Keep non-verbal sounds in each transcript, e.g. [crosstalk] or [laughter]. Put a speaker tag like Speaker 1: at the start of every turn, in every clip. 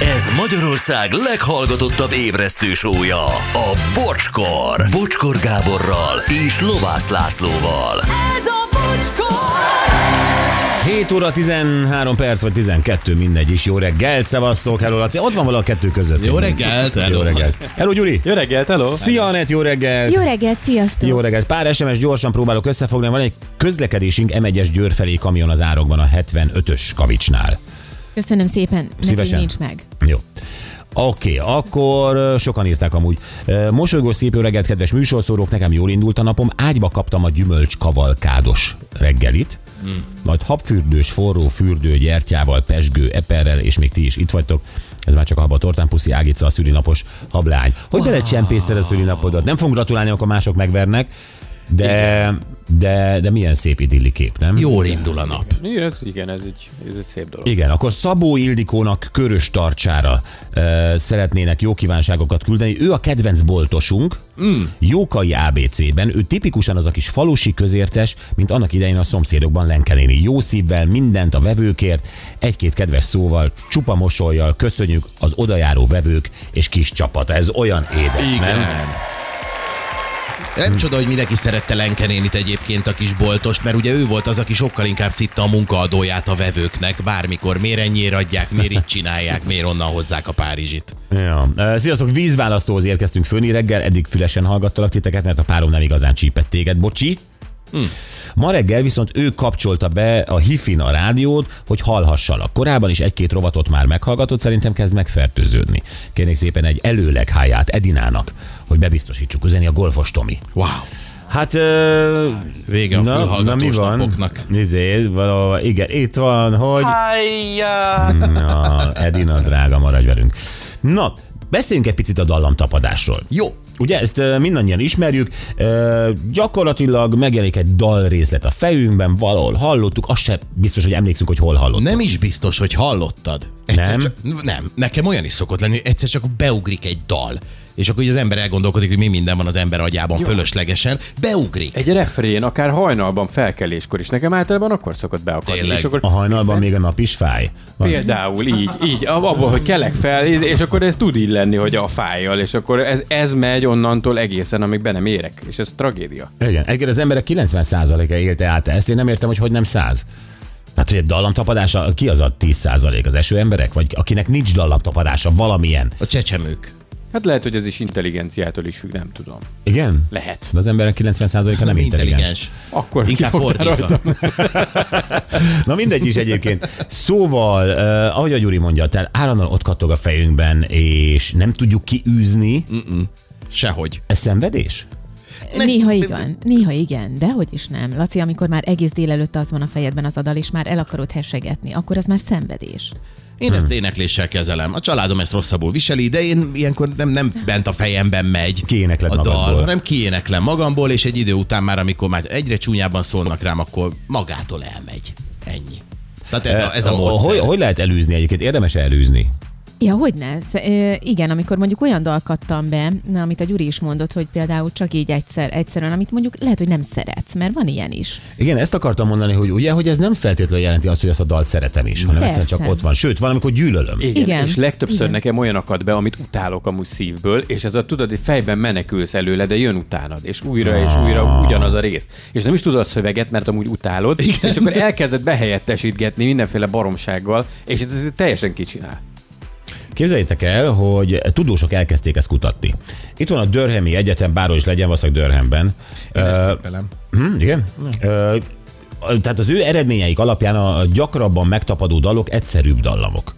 Speaker 1: Ez Magyarország leghallgatottabb ébresztő sója, a Bocskor. Bocskor Gáborral és Lovász Lászlóval.
Speaker 2: Ez a bocskor!
Speaker 3: 7 óra 13 perc, vagy 12, mindegy is. Jó reggel, szevasztok, hello Laci. Ott van valaki a kettő között.
Speaker 4: Jó reggelt,
Speaker 3: Hát, Jó reggelt. Hello Gyuri.
Speaker 5: Jó reggelt, hello!
Speaker 3: Szia Anett, jó reggelt.
Speaker 6: Jó reggelt, sziasztok!
Speaker 3: Jó reggelt. Pár SMS gyorsan próbálok összefogni. Van egy közlekedésünk M1-es Győr felé kamion az árokban a 75-ös kavicsnál.
Speaker 6: Köszönöm szépen,
Speaker 3: Szívesen.
Speaker 6: nekünk nincs meg.
Speaker 3: Jó. Oké, okay, akkor ö, sokan írták amúgy. Ö, Mosolygós szép jó reggelt, kedves műsorszórók, nekem jól indult a napom. Ágyba kaptam a gyümölcs kavalkádos reggelit. Majd habfürdős, forró fürdő, gyertyával, pesgő, eperrel, és még ti is itt vagytok. Ez már csak a haba tortán, puszi Ágica, a szülinapos hablány. Hogy wow. belecsempészted a szülinapodat? Nem fogunk gratulálni, akkor mások megvernek, de, de, de milyen szép idilli kép, nem?
Speaker 4: Jól indul a nap.
Speaker 5: Igen, ez- Igen, ez egy, ez egy szép dolog.
Speaker 3: Igen, akkor Szabó Ildikónak körös tartsára ö, szeretnének jó kívánságokat küldeni. Ő a kedvenc boltosunk, mm. Jókai ABC-ben. Ő tipikusan az a kis falusi közértes, mint annak idején a szomszédokban Lenkenéni. Jó szívvel, mindent a vevőkért, egy-két kedves szóval, csupa mosolyjal köszönjük az odajáró vevők és kis csapata. Ez olyan édes, nem?
Speaker 4: Nem csoda, hogy mindenki szerette Lenke nénit egyébként a kis boltost, mert ugye ő volt az, aki sokkal inkább szitta a munkaadóját a vevőknek, bármikor, miért ennyire adják, miért így csinálják, miért onnan hozzák a Párizsit.
Speaker 3: Ja. Ö, Sziasztok, vízválasztóhoz érkeztünk főni reggel, eddig fülesen hallgattalak titeket, mert a párom nem igazán csípett téged, bocsi. Hm. Ma reggel viszont ő kapcsolta be a hifin a rádiót, hogy hallhassalak. Korábban is egy-két rovatot már meghallgatott, szerintem kezd megfertőződni. Kérnék szépen egy előlegháját Edinának, hogy bebiztosítsuk üzeni a golfos Tomi.
Speaker 4: Wow.
Speaker 3: Hát, ö,
Speaker 4: Vége a
Speaker 3: na, na mi
Speaker 4: fülhallgatós
Speaker 3: van?
Speaker 4: napoknak.
Speaker 3: Izé, valahol, igen, itt van, hogy...
Speaker 5: Hájjá!
Speaker 3: Na, Edina, drága, maradj velünk. Na, beszéljünk egy picit a dallamtapadásról.
Speaker 4: Jó.
Speaker 3: Ugye ezt ö, mindannyian ismerjük, Ö, gyakorlatilag megjelenik egy dalrészlet a fejünkben, valahol hallottuk, azt sem biztos, hogy emlékszünk, hogy hol hallottuk.
Speaker 4: Nem is biztos, hogy hallottad.
Speaker 3: Nem?
Speaker 4: Csak, nem. Nekem olyan is szokott lenni, hogy egyszer csak beugrik egy dal. És akkor így az ember elgondolkodik, hogy mi minden van az ember agyában fölöslegesen. Beugrik.
Speaker 5: Egy refrén, akár hajnalban, felkeléskor is. Nekem általában akkor szokott beakadni.
Speaker 4: Tényleg.
Speaker 5: És akkor
Speaker 3: A hajnalban még a nap is fáj. Van.
Speaker 5: Például így, így, ab- abból, hogy kelek fel, és akkor ez tud így lenni, hogy a fájjal, és akkor ez, ez megy onnantól egészen, amíg be nem érek, és ez tragédia.
Speaker 3: Igen, egyébként az emberek 90%-a élte át ezt, én nem értem, hogy hogy nem 100. Hát, hogy egy dallamtapadása, ki az a 10% az eső emberek, vagy akinek nincs dallamtapadása, valamilyen.
Speaker 4: A csecsemők.
Speaker 5: Hát lehet, hogy ez is intelligenciától is függ, nem tudom.
Speaker 3: Igen?
Speaker 5: Lehet.
Speaker 3: De az emberek 90%-a nem intelligens.
Speaker 5: Akkor
Speaker 4: Inkább
Speaker 5: kifogtál
Speaker 4: fordítva.
Speaker 3: Na mindegy is egyébként. Szóval, eh, ahogy a Gyuri mondja, tehát állandóan ott kattog a fejünkben, és nem tudjuk kiűzni.
Speaker 4: Sehogy.
Speaker 3: Ez szenvedés?
Speaker 6: Néha így van, néha igen, de hogy is nem. Laci, amikor már egész délelőtt az van a fejedben az adal, és már el akarod hessegetni, akkor az már szenvedés.
Speaker 4: Én ezt
Speaker 3: Hmm.
Speaker 4: énekléssel kezelem. A családom ezt rosszabbul viseli, de én ilyenkor nem, nem bent a fejemben megy
Speaker 3: Kiénekled
Speaker 4: a dal,
Speaker 3: magadból.
Speaker 4: hanem kiéneklem magamból, és egy idő után már, amikor már egyre csúnyában szólnak rám, akkor magától elmegy. Ennyi. Tehát ez a, ez a módszer.
Speaker 3: Eh, Hogy, hogy lehet elűzni egyébként? Érdemes elűzni?
Speaker 6: Ja, hogy ne? Sz- ö, igen, amikor mondjuk olyan dal kattam be, na, amit a Gyuri is mondott, hogy például csak így egyszer, egyszerűen, amit mondjuk lehet, hogy nem szeretsz, mert van ilyen is.
Speaker 3: Igen, ezt akartam mondani, hogy ugye, hogy ez nem feltétlenül jelenti azt, hogy ezt a dalt szeretem is, hanem
Speaker 6: Persze.
Speaker 3: egyszerűen csak ott van. Sőt, van, amikor gyűlölöm.
Speaker 5: Igen, Igen.
Speaker 6: Igen.
Speaker 5: És legtöbbször Igen.
Speaker 6: Igen.
Speaker 5: nekem olyan akad be, amit utálok amúgy szívből, és ez a tudod, hogy fejben menekülsz előle, de jön utánad, és újra és újra
Speaker 3: Ah.
Speaker 5: ugyanaz a rész. És nem is tudod a szöveget, mert amúgy utálod, Igen. és akkor elkezded behelyettesítgetni mindenféle baromsággal, és ez teljesen kicsinál.
Speaker 3: Képzeljétek el, hogy tudósok elkezdték ezt kutatni. Itt van a Dörhemi Egyetem, bárhol is legyen, valószínűleg Dörhemben. Ö,
Speaker 4: Tippelem.
Speaker 3: Hm, igen. Ö, tehát az ő eredményeik alapján a gyakrabban megtapadó dalok egyszerűbb dallamok.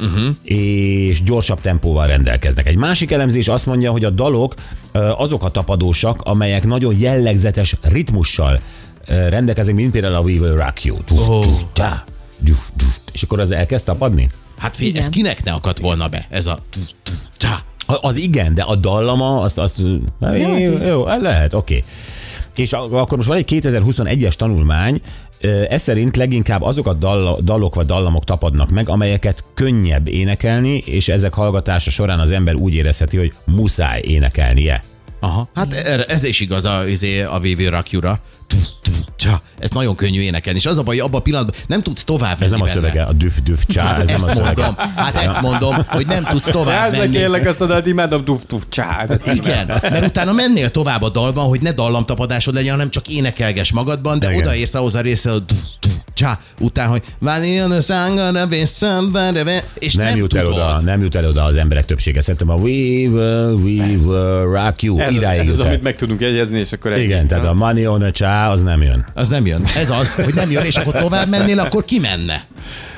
Speaker 3: Uh-huh. és gyorsabb tempóval rendelkeznek. Egy másik elemzés azt mondja, hogy a dalok ö, azok a tapadósak, amelyek nagyon jellegzetes ritmussal ö, rendelkeznek, mint például a We Will Rock You. Du, oh. du, tá, du, du. És akkor az elkezd tapadni?
Speaker 4: Hát figyelj,
Speaker 6: Igen.
Speaker 4: ez kinek ne akadt volna be? Ez a... tu- tu- tá.
Speaker 3: A- Az igen, de a dallama, azt, azt hát, jó,
Speaker 6: azért.
Speaker 3: jó, lehet, oké. Okay. És a- akkor most van egy 2021-es tanulmány, ö, ez szerint leginkább azok a dalla- dalok vagy dallamok tapadnak meg, amelyeket könnyebb énekelni, és ezek hallgatása során az ember úgy érezheti, hogy muszáj énekelnie.
Speaker 4: Aha. Hát erre- ez is igaz a, izé, a VV rakjura. Tuff, tuff, Csa, ez nagyon könnyű énekelni. És az a baj, abban a pillanatban nem tudsz tovább menni
Speaker 3: Ez nem a
Speaker 4: benne.
Speaker 3: szövege, a düf düf csá,
Speaker 4: Hát
Speaker 3: ez nem
Speaker 4: ezt
Speaker 3: a szövege.
Speaker 4: mondom, hát ezt mondom, hogy nem tudsz tovább
Speaker 5: Rázd
Speaker 4: menni.
Speaker 5: kérlek azt a dalt, imádom, tuf tuf csá. Ez egyszerűen-
Speaker 4: Igen, mert utána mennél tovább a dalban, hogy ne dallamtapadásod legyen, hanem csak énekelges magadban, de
Speaker 3: Igen.
Speaker 4: Igen. odaérsz ahhoz a része, hogy du- du- csá, után, hogy váljon a szángara, vészembereve, és
Speaker 3: Nem,
Speaker 4: nem,
Speaker 3: jut el
Speaker 4: tudod.
Speaker 3: oda, nem jut el oda az emberek többsége. Szerintem a We will, we will rock you.
Speaker 5: Ez, az-
Speaker 3: Idáig
Speaker 5: ez az,
Speaker 3: jut el.
Speaker 5: amit meg tudunk jegyezni, és akkor egy-
Speaker 3: Igen, tehát a money on a csá, az nem jön.
Speaker 4: Az nem jön. Ez az, hogy nem jön, és akkor tovább mennél, akkor kimenne.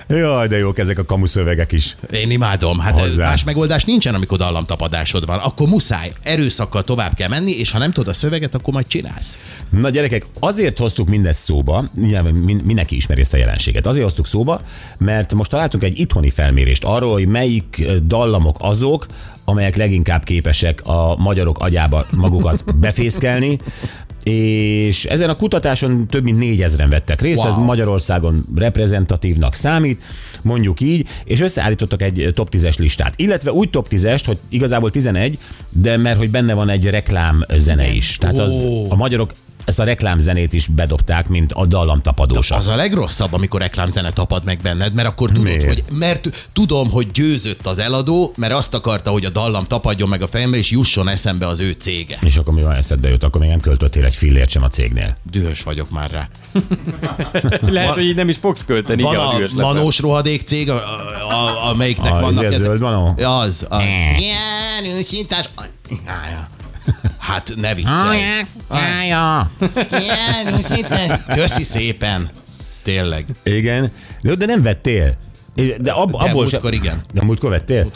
Speaker 3: Jaj, de jók ezek a kamuszövegek is.
Speaker 4: Én imádom. Hát ez
Speaker 3: Hozzá.
Speaker 4: más megoldás nincsen, amikor dallamtapadásod van. Akkor muszáj, erőszakkal tovább kell menni, és ha nem tudod a szöveget, akkor majd csinálsz.
Speaker 3: Na gyerekek, azért hoztuk mindezt szóba, nyilván min- mindenki ismeri ezt a jelenséget, azért hoztuk szóba, mert most találtunk egy itthoni felmérést arról, hogy melyik eh, dallamok azok, amelyek leginkább képesek a magyarok agyába magukat [laughs] befészkelni, és ezen a kutatáson több mint négyezren vettek részt, wow. ez
Speaker 4: Wow.
Speaker 3: Magyarországon reprezentatívnak számít, mondjuk így, és összeállítottak egy top 10-es listát. Illetve úgy top 10-est, hogy igazából 11, de mert hogy benne van egy reklám zene is. Tehát az,
Speaker 4: Ó.
Speaker 3: a magyarok ezt a reklámzenét is bedobták, mint a dallamtapadósa.
Speaker 4: Az a legrosszabb, amikor reklámzene tapad meg benned, mert akkor tudod,
Speaker 3: Miért?
Speaker 4: Miért? hogy mert tudom, hogy győzött az eladó, mert azt akarta, hogy a dallam tapadjon meg a fejemre, és jusson eszembe az ő cége.
Speaker 3: És akkor mi van eszedbe jut, akkor még nem költöttél egy fillért sem a cégnél.
Speaker 4: Dühös vagyok már rá.
Speaker 5: Lehet, hogy így nem is fogsz költeni.
Speaker 4: Van
Speaker 5: igen, a
Speaker 4: a
Speaker 5: dühös leszel.
Speaker 4: manós rohadék cég, a, a, a, amelyiknek
Speaker 3: A-
Speaker 4: vannak
Speaker 3: ez a zöld manó?
Speaker 4: Az. A... Járősítás. Hát ne viccelj.
Speaker 3: Ája.
Speaker 4: Járősítás. Köszi szépen. Tényleg.
Speaker 3: Igen, de, de nem vettél. És- De, ab,
Speaker 4: De
Speaker 3: abból se-
Speaker 4: múltkor igen.
Speaker 3: De múltkor vettél?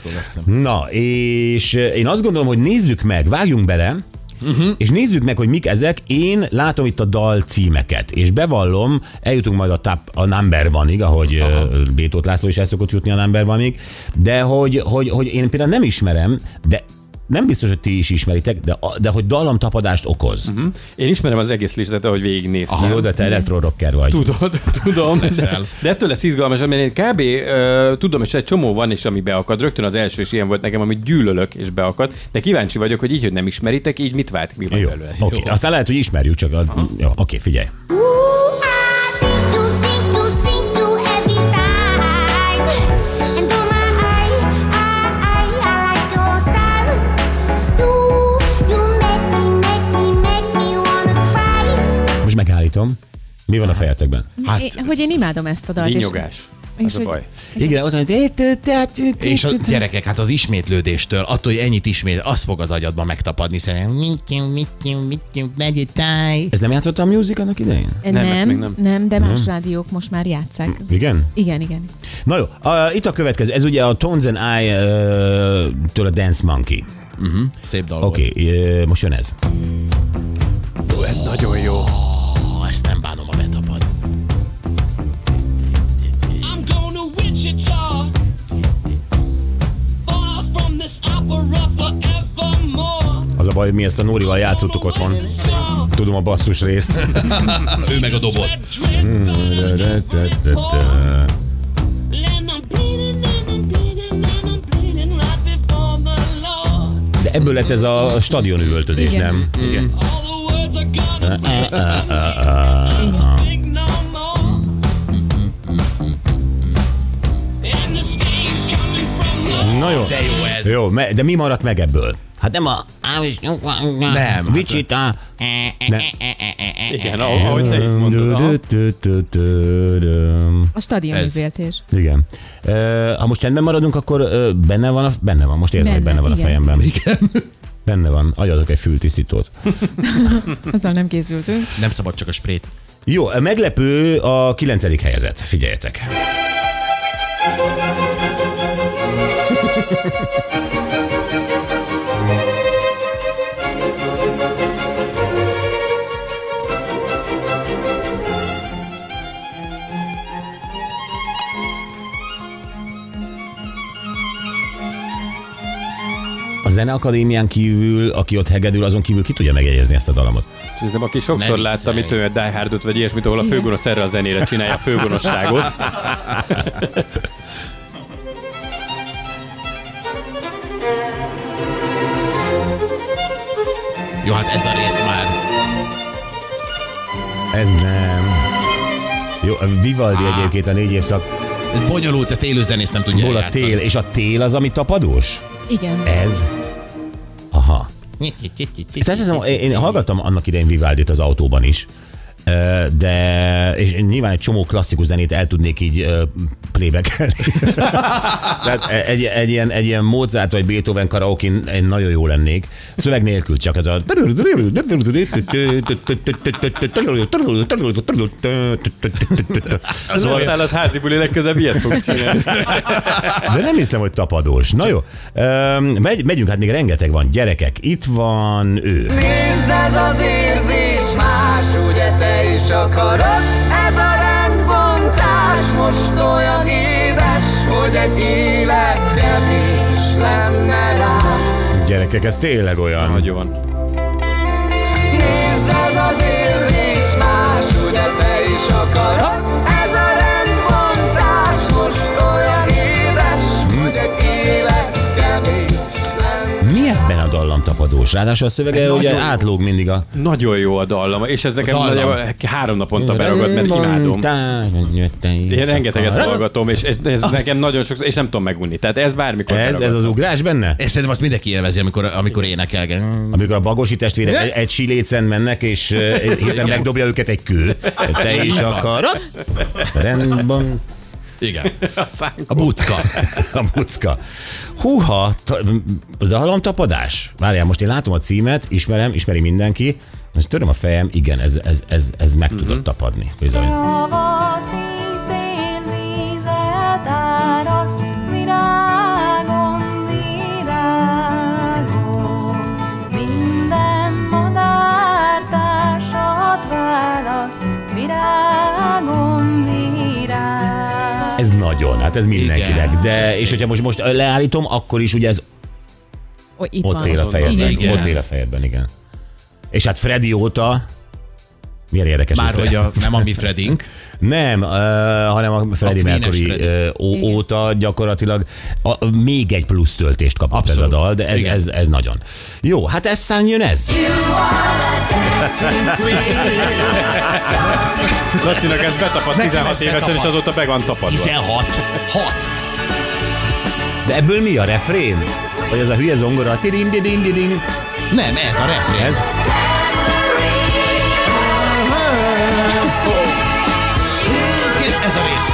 Speaker 3: Na, és eh, én azt gondolom, hogy nézzük meg, vágjunk bele, Uh-huh. És nézzük meg, hogy mik ezek. Én látom itt a dal címeket, és bevallom, eljutunk majd a, tap, a number vanig, ahogy ö, Bétót László is el szokott jutni a number vanig, de hogy, hogy, hogy én például nem ismerem, de nem biztos, hogy ti is ismeritek, de, a- de hogy dallamtapadást okoz.
Speaker 5: Mhm.
Speaker 3: Uh-huh.
Speaker 5: Hm? Én ismerem az egész listát, ahogy végignéztem.
Speaker 3: Jó, de te elektrorocker vagy.
Speaker 5: Tudod, [laughs] tudom.
Speaker 4: Leszel.
Speaker 5: De ettől lesz izgalmas, mert én kb. Ö, tudom, és egy csomó van, és ami beakad. Rögtön az első is ilyen volt nekem, amit gyűlölök, és beakad. De kíváncsi vagyok, hogy így, hogy nem ismeritek, így mit vált, mi van
Speaker 3: Jó,
Speaker 5: belőle.
Speaker 3: oké.
Speaker 6: Hát
Speaker 3: Okay. Aztán lehet, hogy ismerjük, csak a... Jó, oké, okay, figyelj.
Speaker 7: Sinto, sinto, sinto every time. And do my I, I, I like your style. You, you make me, make me, make me wanna cry.
Speaker 3: Most megállítom. Mi van a fejetekben?
Speaker 4: Hát-
Speaker 6: É, hogy én imádom ezt a dalt. és-
Speaker 5: Vinyogás.
Speaker 6: És
Speaker 5: Az a
Speaker 6: hogy-
Speaker 5: baj.
Speaker 3: Igen, ott van,
Speaker 4: És a gyerekek, hát az ismétlődéstől, attól, hogy ennyit ismét, az fog az agyadban megtapadni, szerintem. Mittyum, mittyum, mittyum, meditáj.
Speaker 3: Ez nem játszott a music annak idején?
Speaker 5: Nem, ezt még
Speaker 6: Nem,
Speaker 5: nem.
Speaker 6: nem, nem, de más rádiók most már játszák.
Speaker 3: Igen.
Speaker 6: Igen, igen.
Speaker 3: Na jó, a, itt a következő. Ez ugye a Tones and I uh, től a Dance Monkey.
Speaker 4: Szép dal
Speaker 3: Oké, okay, most jön ez.
Speaker 4: volt. Ah, ezt nem bánom a betapad.
Speaker 8: I'm going to Wichita. Far from this opera forevermore.
Speaker 3: Az a baj, hogy mi ezt a Nórival játszottuk otthon. Tudom a basszus részt.
Speaker 4: Ő meg a dobó.
Speaker 3: [laughs] De ebből lett ez a stadion üvöltözés,
Speaker 6: Igen.
Speaker 3: nem? Igen. Na jó.
Speaker 4: De jó ez.
Speaker 3: Jó, me- de mi maradt meg ebből? Hát nem a...
Speaker 4: Nem.
Speaker 3: Vicsita. Nem.
Speaker 5: Igen, ahogy- ahogy te is mondod. aha.
Speaker 6: A stadion
Speaker 4: Ez.
Speaker 6: művéltés.
Speaker 3: Igen. Ö, Ha most rendben maradunk, akkor ö, benne van a, benne van, most érzem, hogy
Speaker 6: Benne,
Speaker 3: benne van a
Speaker 6: igen.
Speaker 3: fejemben. Igen. Benne van, adjatok egy fültisztítót.
Speaker 6: Azzal nem készültünk.
Speaker 4: Nem szabad csak a sprét.
Speaker 3: Jó, meglepő a kilencedik helyezett, figyeljetek. A Zeneakadémián kívül, aki ott hegedül, azon kívül ki tudja megjegyezni ezt a dalamot?
Speaker 5: Szerintem, aki sokszor
Speaker 4: Ne
Speaker 5: látta,
Speaker 4: viccelj.
Speaker 5: mit olyan Die Hardot, vagy ilyesmit, ahol a
Speaker 6: Igen.
Speaker 5: főgonosz erre a zenére csinálja a főgonosságot.
Speaker 4: Jó, hát ez a rész már.
Speaker 3: Ez nem. Jó, a Vivaldi
Speaker 4: Á.
Speaker 3: egyébként a négy évszak.
Speaker 4: Ez bonyolult, ezt élő zenész nem tudja
Speaker 3: Hol a
Speaker 4: eljátszani.
Speaker 3: tél? És a tél az, ami tapadós?
Speaker 6: Igen.
Speaker 3: Ez? Aha. Ezt azt hiszem, én én hallgattam annak idején Vivaldit az autóban is, Ö, de és nyilván egy csomó klasszikus zenét el tudnék így ö, playback-elni. Tehát e- egy, egy, ilyen, egy ilyen Mozart vagy Beethoven karaoke én nagyon jó lennék. Szöveg nélkül csak ez a...
Speaker 5: Az
Speaker 3: Szóval-
Speaker 5: szóval... állat házi buli legközebb ilyet fog csinálni.
Speaker 3: De nem hiszem, hogy tapadós. Na jó, Öm, megy, megyünk, hát még rengeteg van. Gyerekek, itt van ő.
Speaker 2: Nézd ez az érzés más, ugye te is akarod Ez a rendbontás most olyan édes Hogy egy élet kevés lenne rá
Speaker 3: Gyerekek, ez tényleg olyan.
Speaker 5: Nagyon.
Speaker 2: Nézd ez az érzés más, ugye te is akarod Ez a rendbontás most olyan édes Hogy egy élet kevés lenne
Speaker 3: Mi ebben a dallam tapadós? Ráadásul a szövege ugye
Speaker 5: nagyon jó.
Speaker 3: átlóg mindig a...
Speaker 5: Nagyon jó a dallama, és ez nekem
Speaker 4: dallam.
Speaker 5: nagyjából három naponta beragad, mert imádom. Én rengeteget hallgatom, és ez, ez nekem nagyon sokszor, és nem tudom megunni. Tehát ez bármikor
Speaker 3: Hát Ez, ez
Speaker 5: beragad.
Speaker 3: az ugrás benne?
Speaker 4: Ezt szerintem azt mindenki élvezi, amikor, amikor énekelgen.
Speaker 3: Amikor a bagosi testvérek egy, egy sílécen mennek, és eh, hirtelen megdobja őket egy kő. Te is akarod? Rendben.
Speaker 4: Igen. A bucka.
Speaker 3: [laughs] A bucka. Húha, ta, dallamtapadás? Várjál, most én látom a címet, ismerem, ismeri mindenki. Most töröm a fejem, igen, ez, ez, ez, ez meg mm-hmm. tudott tapadni. Bizony. Ez nagyon, hát ez mindenkinek.
Speaker 4: Igen.
Speaker 3: De, és hogyha most, most leállítom, akkor is ugye ez
Speaker 6: Ó, itt
Speaker 3: Ott
Speaker 6: van.
Speaker 3: él a fejedben.
Speaker 6: Igen.
Speaker 3: Igen.
Speaker 4: Igen.
Speaker 3: Ott él a fejedben, igen. És hát Freddy óta... Milyen érdekes.
Speaker 4: [laughs] Már
Speaker 3: hogy
Speaker 4: hogy
Speaker 3: Fre-
Speaker 4: a, nem a mi Fredink.
Speaker 3: Nem, uh, hanem a Freddy
Speaker 4: A Queen-es
Speaker 3: Mercury
Speaker 4: Freddy.
Speaker 3: ö, ó-
Speaker 6: Igen.
Speaker 3: óta gyakorlatilag a, még egy plusz töltést kapott Abszolút. ez
Speaker 4: Abszolút.
Speaker 3: a dal, de ez,
Speaker 4: Igen.
Speaker 3: ez, ez nagyon. Jó, hát eztán jön ez.
Speaker 5: Lacinak ez betapadt 16 évesen, és azóta be van tapadva.
Speaker 4: 16. 6.
Speaker 3: De ebből mi a refrén? Vagy ez a hülye zongora? Tirin, didin, didin.
Speaker 4: Nem, ez a refrén.
Speaker 3: Ez?
Speaker 4: ez a rész.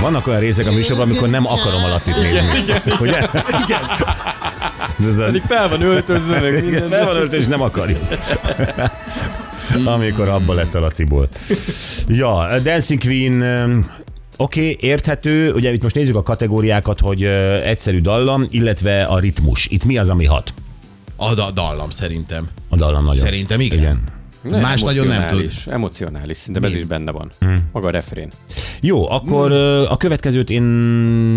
Speaker 3: Vannak olyan részek a műsorban, amikor nem akarom a Lacit nézni. Ugye? Igen. Ez a...
Speaker 5: Pedig fel van öltözve, meg
Speaker 3: Igen,
Speaker 5: minden.
Speaker 3: fel van öltő, és nem akarja. Amikor abba lett a Laciból. Ja, a Dancing Queen, öm, oké, okay, érthető. Ugye itt most nézzük a kategóriákat, hogy ö, egyszerű dallam, illetve a ritmus. Itt mi az, ami hat?
Speaker 4: A da- dallam szerintem.
Speaker 3: A dallam nagyon.
Speaker 4: Szerintem igen.
Speaker 3: Igen.
Speaker 5: Nem,
Speaker 4: Más nagyon nem tud. Hm.
Speaker 5: emocionális, Emocionális, szerintem ez is benne van. Maga a refrén.
Speaker 3: Jó, akkor ö, a következőt én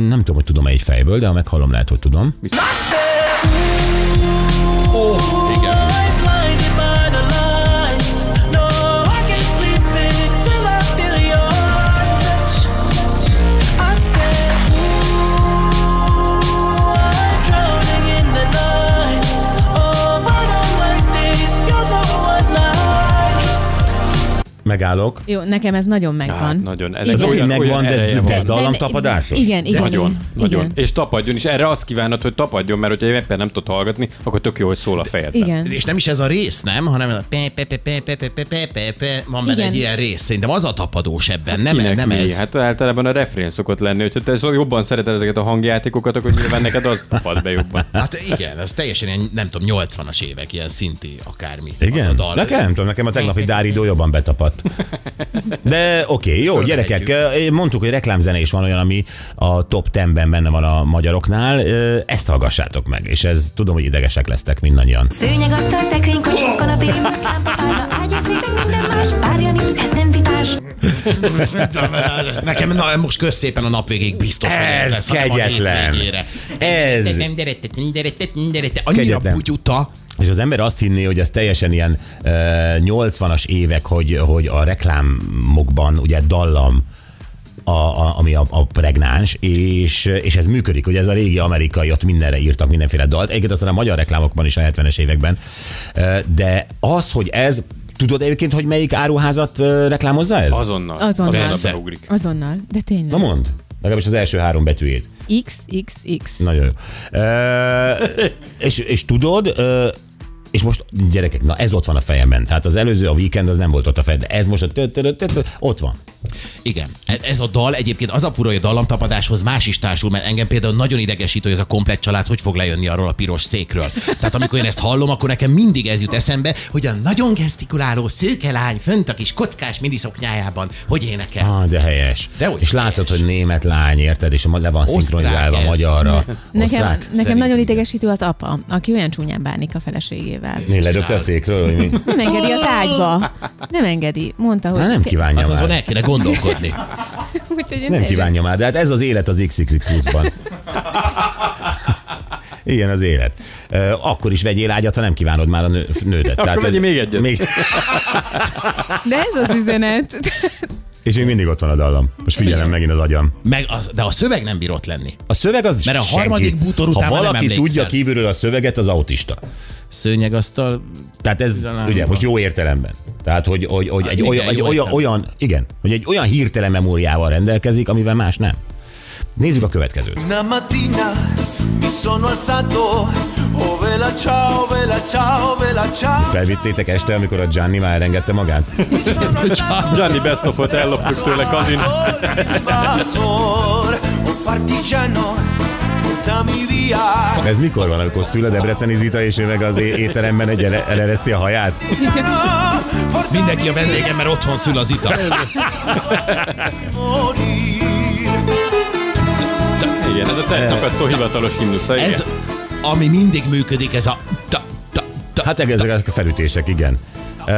Speaker 3: nem tudom, hogy tudom-e egy fejből, de ha meghallom, lehet, hogy tudom.
Speaker 4: Ó, igen.
Speaker 2: Oh,
Speaker 3: Megállok.
Speaker 6: Jó, nekem ez nagyon
Speaker 5: Hát
Speaker 6: megvan.
Speaker 5: nagyon.
Speaker 6: Igen.
Speaker 5: Ennek
Speaker 3: Ez oké,
Speaker 5: olyan,
Speaker 3: megvan,
Speaker 5: olyan
Speaker 3: de,
Speaker 5: ereje
Speaker 3: de
Speaker 5: van.
Speaker 3: dallamtapadásos?
Speaker 6: Igen, igen.
Speaker 5: Nagyon,
Speaker 6: igen.
Speaker 5: nagyon.
Speaker 6: Igen.
Speaker 5: És tapadjon, és erre azt kívánod, hogy tapadjon, mert hogyha éppen nem tudod hallgatni, akkor tök jó, hogy szól a fejedben.
Speaker 6: Igen.
Speaker 4: És nem is ez a rész, nem? Hanem ez a pe, pe, pe, pe, pe, pe, pe, pe, pe, pe. van benne
Speaker 6: Igen.
Speaker 4: egy ilyen rész. Szerintem az a tapadós ebben, nem,
Speaker 5: Kinek
Speaker 4: nem
Speaker 5: mi?
Speaker 4: ez.
Speaker 5: Hát általában a refrén szokott lenni, hogyha te szó- jobban szereted ezeket a hangjátékokat, akkor nyilván neked az tapad be jobban.
Speaker 4: Hát igen, ez teljesen ilyen, nem tudom, 80-as évek, ilyen szinti akármi. Az a
Speaker 3: Igen?
Speaker 4: dal.
Speaker 3: Nekem nem tudom, nekem a tegnapi Dáridó jobban betapadt. De oké, okay, jó,
Speaker 4: Fölvehetjük.
Speaker 3: gyerekek, eh, mondtuk, hogy reklámzene is van olyan, ami a top 10-ben benne van a magyaroknál. Eh, Ezt hallgassátok meg, és ez tudom, hogy idegesek lesztek mindannyian.
Speaker 9: Szőnyeg, asztal, szekrény, konyhó, kanapé, rimác, lámpa, pálna, ágy, és szépen minden más. Párja nincs, ez nem vitás.
Speaker 4: [laughs] Nekem na, most kösz szépen a nap végéig biztos, hogy ez,
Speaker 3: Ez
Speaker 4: lesz, hanem a
Speaker 3: kegyetlen.
Speaker 4: hétvégére.
Speaker 3: Ez.
Speaker 4: Nem derette, nem derette, nem derette. Annyira
Speaker 3: Kegyetlen.
Speaker 4: bugyuta.
Speaker 3: És az ember azt hinné, hogy ez teljesen ilyen uh, 80-as évek, hogy, hogy a reklámokban ugye dallam a, a, ami a, a pregnáns, és, és ez működik, hogy ez a régi amerikai, ott mindenre írtak mindenféle dalt, egyébként aztán a magyar reklámokban is a 70-es években, Ö, de az, hogy ez, tudod egyébként, hogy melyik áruházat ö, reklámozza ez?
Speaker 5: Azonnal.
Speaker 6: Azonnal.
Speaker 5: Azonnal
Speaker 4: Persze.
Speaker 5: beugrik.
Speaker 6: Azonnal, de tényleg.
Speaker 3: Na mondd, legalábbis az első három betűjét.
Speaker 6: X, X, X.
Speaker 3: Nagyon jó. Ö, és, és tudod, ö, és most gyerekek, na ez ott van a fejemben. Tehát az előző, a weekend az nem volt ott a fejemben. Ez most a tö- tö- tö- tö- ott van.
Speaker 4: Igen. E- Ez a dal egyébként az a fura, hogy a dallamtapadáshoz más is társul, mert engem például nagyon idegesít, hogy ez a komplet család hogy fog lejönni arról a piros székről. Tehát amikor én ezt hallom, akkor nekem mindig ez jut eszembe, hogy a nagyon gesztikuláló szőke lány fönt a kis kockás miniszoknyájában, hogy énekel.
Speaker 3: Ah, de helyes.
Speaker 4: Dehogy
Speaker 3: és látszott, hogy német lány, érted, és le van szinkronizálva
Speaker 4: ez.
Speaker 3: magyarra.
Speaker 6: Nekem,
Speaker 3: Osztrák?
Speaker 6: nekem
Speaker 4: Szerintem.
Speaker 6: nagyon idegesítő az apa, aki olyan csúnyán bánik a feleségével.
Speaker 3: Né, ledögte a székről, hogy mi?
Speaker 6: Nem engedi az ágyba. Nem engedi. Mondta, hogy...
Speaker 3: Hát nem kívánja
Speaker 4: Hát azon
Speaker 3: már.
Speaker 4: el kéne gondolkodni.
Speaker 6: [laughs] Úgyhogy én
Speaker 3: Nem
Speaker 6: teljesen-
Speaker 3: kívánja már, de hát ez az élet az XXX ban Ilyen az élet. Ö, Akkor is vegyél ágyat, ha nem kívánod már a nő, nődet. Akkor
Speaker 5: vegyél még egyet.
Speaker 3: Még,
Speaker 6: De ez az üzenet. [laughs]
Speaker 3: és még mindig ott van a dallam. Most figyelem megint az agyam.
Speaker 4: Meg az, de a szöveg nem bír ott lenni.
Speaker 3: A szöveg az
Speaker 4: Mert a
Speaker 3: senki.
Speaker 4: harmadik bútor után
Speaker 3: Ha
Speaker 4: már nem
Speaker 3: valaki
Speaker 4: emlékszel.
Speaker 3: tudja kívülről a szöveget, az autista.
Speaker 4: Szőnyegasztal...
Speaker 3: Tehát ez
Speaker 4: Bizalomba.
Speaker 3: ugye most jó értelemben. Tehát, hogy, hogy, hogy
Speaker 4: Hát
Speaker 3: egy,
Speaker 4: igen,
Speaker 3: olyan,
Speaker 4: jó
Speaker 3: egy olyan,
Speaker 4: értelemben.
Speaker 3: olyan, igen, hogy egy olyan hirtelen memóriával rendelkezik, amivel más nem. Nézzük a következőt.
Speaker 2: Una mattina mi sono alzato, oh vela ciao, vela ciao, vela
Speaker 3: [laughs]
Speaker 2: ciao.
Speaker 3: Felvittétek este, amikor a Gianni már elengedte magát?
Speaker 5: Gianni Bestopot elloptuk tőle kazin.
Speaker 2: Invasor, un partigiano, portami via.
Speaker 3: Ez mikor van, amikor szül a Debreceni Zita, és ő meg az é- étteremben egy ele- elereszti a haját?
Speaker 4: Mindenki a vendégem, mert otthon szül az ital.
Speaker 5: Igen, ez a Tettapesztó hivatalos himnusza, igen.
Speaker 4: Ez, ami mindig működik, ez a... Ta, ta, ta,
Speaker 3: Hát ezek a felütések, igen. Ö,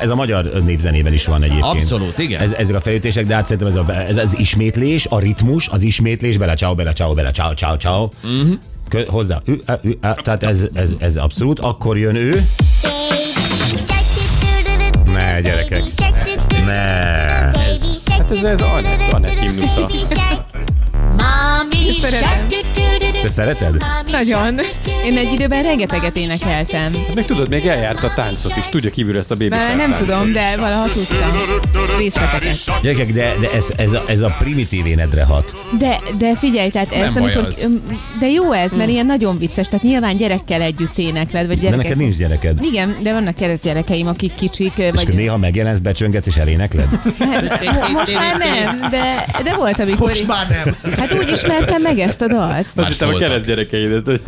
Speaker 3: Ez a magyar népzenében is van egyébként.
Speaker 4: Abszolút, igen.
Speaker 3: Ez, ezek a felütések, de hát szerintem ez, a, ez az ismétlés, a ritmus, az ismétlés, bele ciao, bele ciao, bele ciao, ciao, ciao.
Speaker 4: Mhm.
Speaker 3: Uh-huh. Kö, hozzá. Ü, á, ü, á, tehát ez, ez, ez abszolút. Akkor jön ő.
Speaker 7: Ne, gyerekek.
Speaker 3: Ne.
Speaker 7: Hát
Speaker 5: ez- ez Anett- Anett himnusza.
Speaker 6: Szeretem.
Speaker 7: Te
Speaker 3: Te szereted?
Speaker 6: Nagyon. Én egy időben rengeteget énekeltem.
Speaker 5: Meg tudod, még eljárt a táncot is, tudja kívülről ezt a baby
Speaker 6: Már
Speaker 5: Shark
Speaker 6: nem
Speaker 5: táncot.
Speaker 6: tudom, de valaha tudtam. Részleteket.
Speaker 3: Gyerekek, de, de ez, ez, a, ez a primitív énedre hat.
Speaker 6: De, de figyelj, tehát ezt,
Speaker 4: baj
Speaker 6: amikor,
Speaker 4: az.
Speaker 6: öm, de jó ez, mert ilyen nagyon vicces, tehát nyilván gyerekkel együtt énekled, vagy
Speaker 3: Mm. De
Speaker 6: gyerekek.
Speaker 3: neked nincs gyereked.
Speaker 6: Igen, de vannak keresztgyerekeim, akik kicsik,
Speaker 3: És akkor
Speaker 6: vagy
Speaker 3: néha megjelensz, becsöngetsz és elénekled?
Speaker 6: Mo- most már nem, de, de volt, amikor...
Speaker 4: Most már nem.
Speaker 6: Hát úgy ismertem meg ezt a dalt,
Speaker 5: Azt hittem a
Speaker 4: szóltak.
Speaker 5: kereszt gyerekeidet. hogy-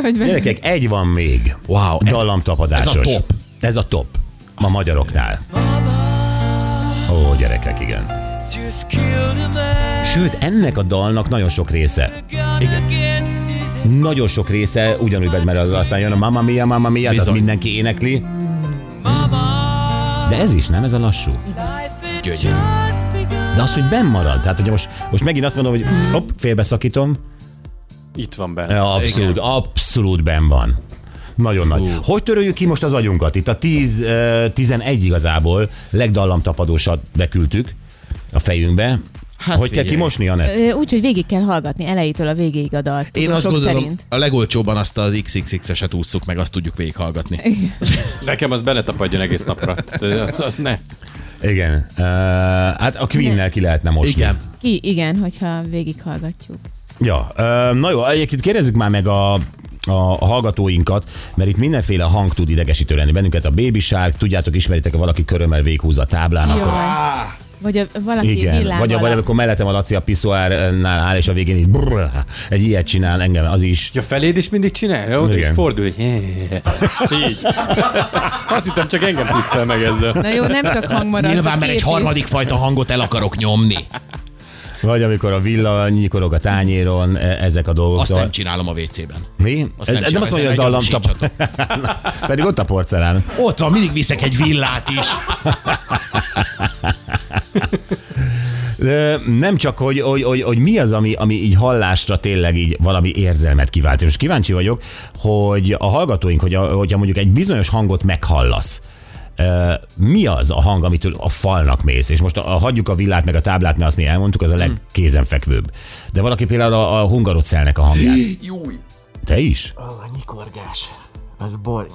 Speaker 6: hogy
Speaker 3: [laughs] Gyerekek, egy van még.
Speaker 4: Wow, ez-
Speaker 3: Dallamtapadásos.
Speaker 4: ez a top.
Speaker 3: Ez a top. Ma magyaroknál. Ó, gyerekek, igen.
Speaker 2: Just killed a man
Speaker 3: Sőt, ennek a dalnak nagyon sok része.
Speaker 2: against his
Speaker 3: Nagyon sok része ugyanúgy megy, mert az- aztán jön a Mamma Mia, Mamma Mia, de azt
Speaker 4: Bizony.
Speaker 3: mindenki énekli. De ez is, nem? Ez a lassú.
Speaker 4: Gyönyörű.
Speaker 3: De az, hogy benn marad. Tehát, hogy most, most megint azt mondom, hogy hopp, félbeszakítom.
Speaker 5: [laughs] Itt van benne.
Speaker 3: Ja, abszolút,
Speaker 4: Igen.
Speaker 3: abszolút benn van. Nagyon nagy. Hogy töröljük ki most az agyunkat? Itt a 10, ö, 11 igazából legdallamtapadósat beküldtük a fejünkbe. Hát hogy kell
Speaker 4: figyelj.
Speaker 3: kimosni, Anett?
Speaker 6: Úgyhogy végig kell hallgatni elejétől a végéig a dalt.
Speaker 4: Én
Speaker 6: Sok
Speaker 4: azt gondolom,
Speaker 6: szerint.
Speaker 4: a legolcsóban azt az XXX-eset ússzuk meg, azt tudjuk végighallgatni.
Speaker 5: Nekem az beletapadjon egész napra. eh, Az- az Ne.
Speaker 3: Igen. Uh, hát a Queen-nel ki lehetne mosni.
Speaker 4: Igen.
Speaker 6: Ki, igen, hogyha végig hallgatjuk.
Speaker 3: Ja, ö, na jó, egyébként kérdezzük már meg a, a hallgatóinkat, mert itt mindenféle hang tud idegesítő lenni bennünket. A Baby Shark, tudjátok, ismeritek, ha valaki körömmel véghúzza a táblán,
Speaker 6: Jó. hát
Speaker 3: akkor
Speaker 6: Vagy a, valaki
Speaker 3: Igen,
Speaker 6: villám
Speaker 3: vagy, vagy amikor mellettem a Laci a piszoárnál áll, és a végén így brrr, egy ilyet csinál engem, az is.
Speaker 5: Ja, feléd is mindig csinálja? Oda is
Speaker 3: Igen.
Speaker 5: fordul, hogy így. Azt hittem, csak engem tisztel meg ezzel.
Speaker 6: Na jó, nem csak hang marad.
Speaker 4: Nyilván,
Speaker 6: a
Speaker 4: mert egy
Speaker 6: kép is.
Speaker 4: harmadik fajta hangot el akarok nyomni.
Speaker 3: Vagy amikor a villa nyikorog a tányéron, e- ezek a dolgok.
Speaker 4: Azt
Speaker 3: Szóval-
Speaker 4: nem csinálom a WC-ben.
Speaker 3: Mi?
Speaker 4: Azt
Speaker 3: Ez, ez nem
Speaker 4: csinálom,
Speaker 3: azt mondja, hogy
Speaker 4: ezzel
Speaker 3: az dallam
Speaker 4: nagyon
Speaker 3: tap...
Speaker 4: síntsatok.
Speaker 3: Pedig ott a porcelán.
Speaker 4: Ott van, mindig viszek egy villát is.
Speaker 3: Ö, Nem csak, hogy, hogy, hogy, hogy mi az, ami, ami így hallásra tényleg így valami érzelmet kivált. És kíváncsi vagyok, hogy a hallgatóink, hogy a, hogyha mondjuk egy bizonyos hangot meghallasz, ö, Ö, Mi az a hang, amitől a falnak mész? És most a, a, hagyjuk a villát meg a táblát, mert azt mi elmondtuk,
Speaker 4: Hmm.
Speaker 3: az a legkézenfekvőbb. De valaki például a, a hungarocelnek a hangját.
Speaker 4: [gasps] Júj!
Speaker 3: Te is?
Speaker 10: A nyikorgás. Az bor.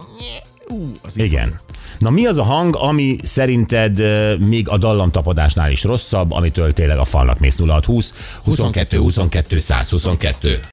Speaker 4: Ú, az
Speaker 3: Igen. Na mi az a hang, ami szerinted ö, még a dallamtapadásnál is rosszabb, amitől tényleg a falnak mész 0620 22 22 122?